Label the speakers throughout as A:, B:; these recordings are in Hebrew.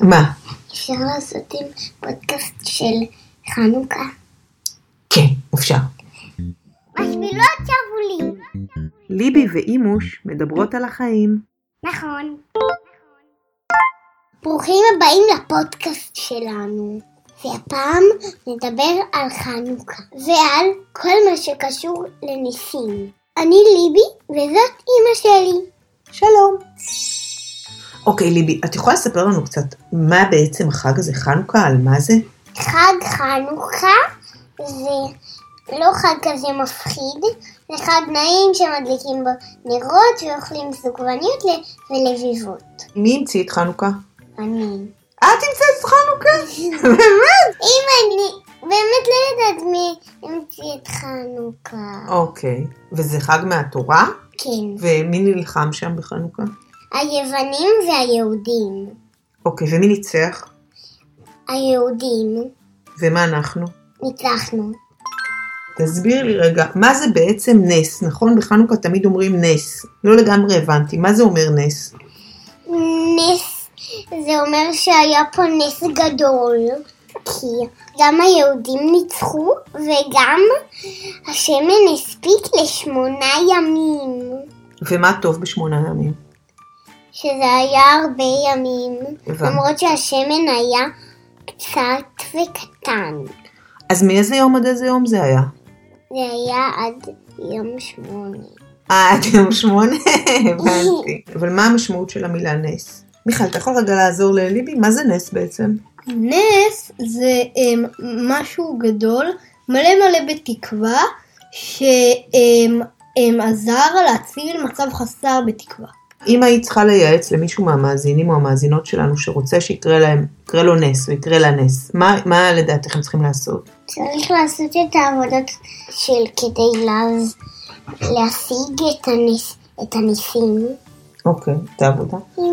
A: מה?
B: אפשר לעשות עם פודקאסט של חנוכה.
A: כן, אפשר.
B: משפילות שרוולים.
C: ליבי ואימוש מדברות על החיים.
B: נכון. ברוכים הבאים לפודקאסט שלנו. והפעם נדבר על חנוכה ועל כל מה שקשור לניסים. אני ליבי וזאת אימא שלי.
A: שלום. אוקיי, ליבי, את יכולה לספר לנו קצת מה בעצם החג הזה, חנוכה, על מה זה?
B: חג חנוכה זה לא חג כזה מפחיד, זה חג נעים שמדליקים בו נרות ואוכלים סוגבניות ל- ולביבות.
A: מי המציא את חנוכה?
B: אני.
A: את המצאת את חנוכה? באמת?
B: אם אני באמת לא יודעת מי המציא את חנוכה.
A: אוקיי, וזה חג מהתורה?
B: כן.
A: ומי נלחם שם בחנוכה?
B: היוונים והיהודים.
A: אוקיי, ומי ניצח?
B: היהודים,
A: ומה אנחנו?
B: ניצחנו.
A: תסביר לי רגע, מה זה בעצם נס? נכון, בחנוכה תמיד אומרים נס. לא לגמרי הבנתי, מה זה אומר נס?
B: נס, זה אומר שהיה פה נס גדול, כי גם היהודים ניצחו וגם השמן הספיק לשמונה ימים,
A: ומה טוב בשמונה ימים?
B: שזה היה הרבה ימים,
A: הבנתי.
B: למרות שהשמן היה קצת וקטן.
A: אז מאיזה יום עד איזה יום זה היה?
B: זה היה עד יום שמונה.
A: אה, עד יום שמונה? הבנתי. אבל מה המשמעות של המילה נס? מיכל, אתה יכול רגע לעזור לליבי? מה זה נס בעצם?
D: נס זה אמ, משהו גדול, מלא מלא בתקווה, שעזר להציל מצב חסר בתקווה.
A: אם היית צריכה לייעץ למישהו מהמאזינים או המאזינות שלנו שרוצה שיקרה להם, יקרה לו נס ויקרה לה נס, מה, מה לדעתך הם צריכים לעשות?
B: צריך לעשות את העבודות של כדי לה- להשיג את, הניס, את הניסים.
A: אוקיי, את העבודה.
B: אמא,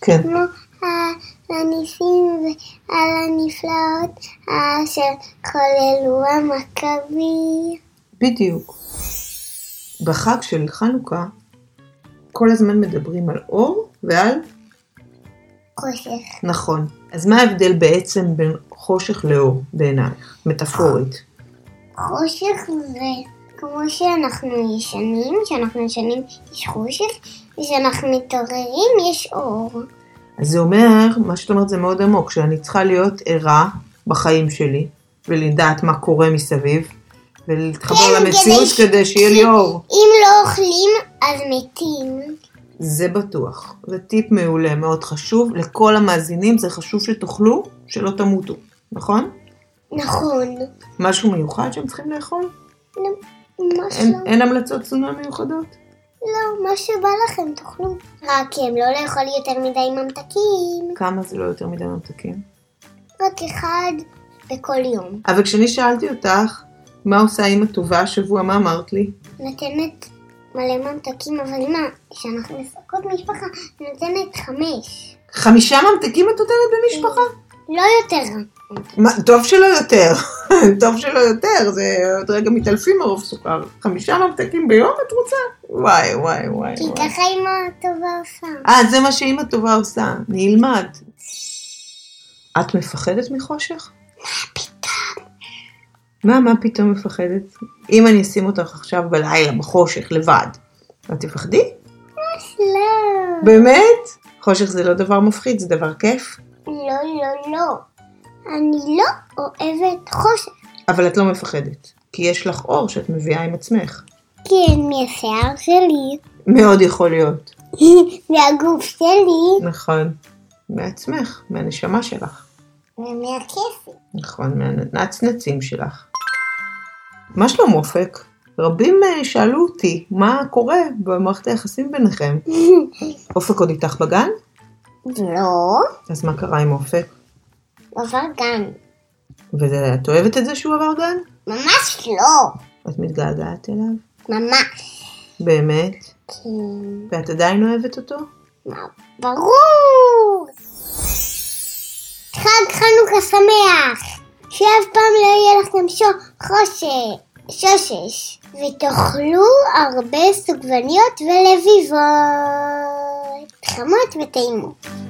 A: כן.
B: כמו ה- הניסים ועל הנפלאות אשר חוללו המכבי.
A: בדיוק. בחג של חנוכה כל הזמן מדברים על אור ועל
B: חושך.
A: נכון. אז מה ההבדל בעצם בין חושך לאור בעינייך? מטאפורית.
B: חושך זה כמו שאנחנו ישנים, כשאנחנו ישנים יש חושך, וכשאנחנו מתעוררים יש אור.
A: אז זה אומר, מה שאת אומרת זה מאוד עמוק, שאני צריכה להיות ערה בחיים שלי, ולדעת מה קורה מסביב, ולהתחבר
B: כן,
A: למציאות
B: כדי-
A: כדי שיהיה לי אור.
B: אם לא אוכלים, אז מתים.
A: זה בטוח. זה טיפ מעולה, מאוד חשוב. לכל המאזינים זה חשוב שתאכלו, שלא תמותו, נכון?
B: נכון.
A: משהו מיוחד שהם צריכים לאכול?
B: ממש
A: אין,
B: לא.
A: אין המלצות תזונה מיוחדות?
B: לא, מה שבא לכם תאכלו. רק הם לא לאכול יותר מדי ממתקים.
A: כמה זה לא יותר מדי ממתקים?
B: רק אחד בכל יום.
A: אבל כשאני שאלתי אותך, מה עושה אימא טובה השבוע, מה אמרת לי?
B: נותנת מלא ממתקים, אבל מה, כשאנחנו מסוכות משפחה, נותנת חמש.
A: חמישה ממתקים את נותנת במשפחה?
B: לא יותר.
A: מה, טוב שלא יותר, טוב שלא יותר, זה עוד רגע מתעלפים מרוב סוכר. חמישה ממתקים ביום את רוצה? וואי, וואי, וואי.
B: כי
A: וואי.
B: ככה אמא הטובה עושה.
A: אה, זה מה שאימא טובה עושה, נלמד. את מפחדת מחושך? מה, מה פתאום מפחדת? אם אני אשים אותך עכשיו בלילה בחושך לבד, את תפחדי?
B: לא.
A: באמת? חושך זה לא דבר מפחיד, זה דבר כיף.
B: לא, לא, לא. אני לא אוהבת חושך.
A: אבל את לא מפחדת, כי יש לך אור שאת מביאה עם עצמך.
B: כן, מהשיער שלי.
A: מאוד יכול להיות.
B: והגוף שלי.
A: נכון. מעצמך, מהנשמה שלך.
B: ומהכסף.
A: נכון, מהנצנצים שלך. מה שלום אופק? רבים אה, שאלו אותי מה קורה במערכת היחסים ביניכם. אופק עוד איתך בגן?
B: לא.
A: אז מה קרה עם אופק?
B: עבר גן.
A: ואת אוהבת את זה שהוא עבר גן?
B: ממש לא.
A: את מתגעגעת אליו?
B: ממש.
A: באמת?
B: כן.
A: ואת עדיין אוהבת אותו?
B: מה, ברור. חג חנוכה שמח. שאף פעם לא יהיה לכם שו- חושך. שושש. ותאכלו הרבה סוגבניות ולביבות. חמות וטעימות.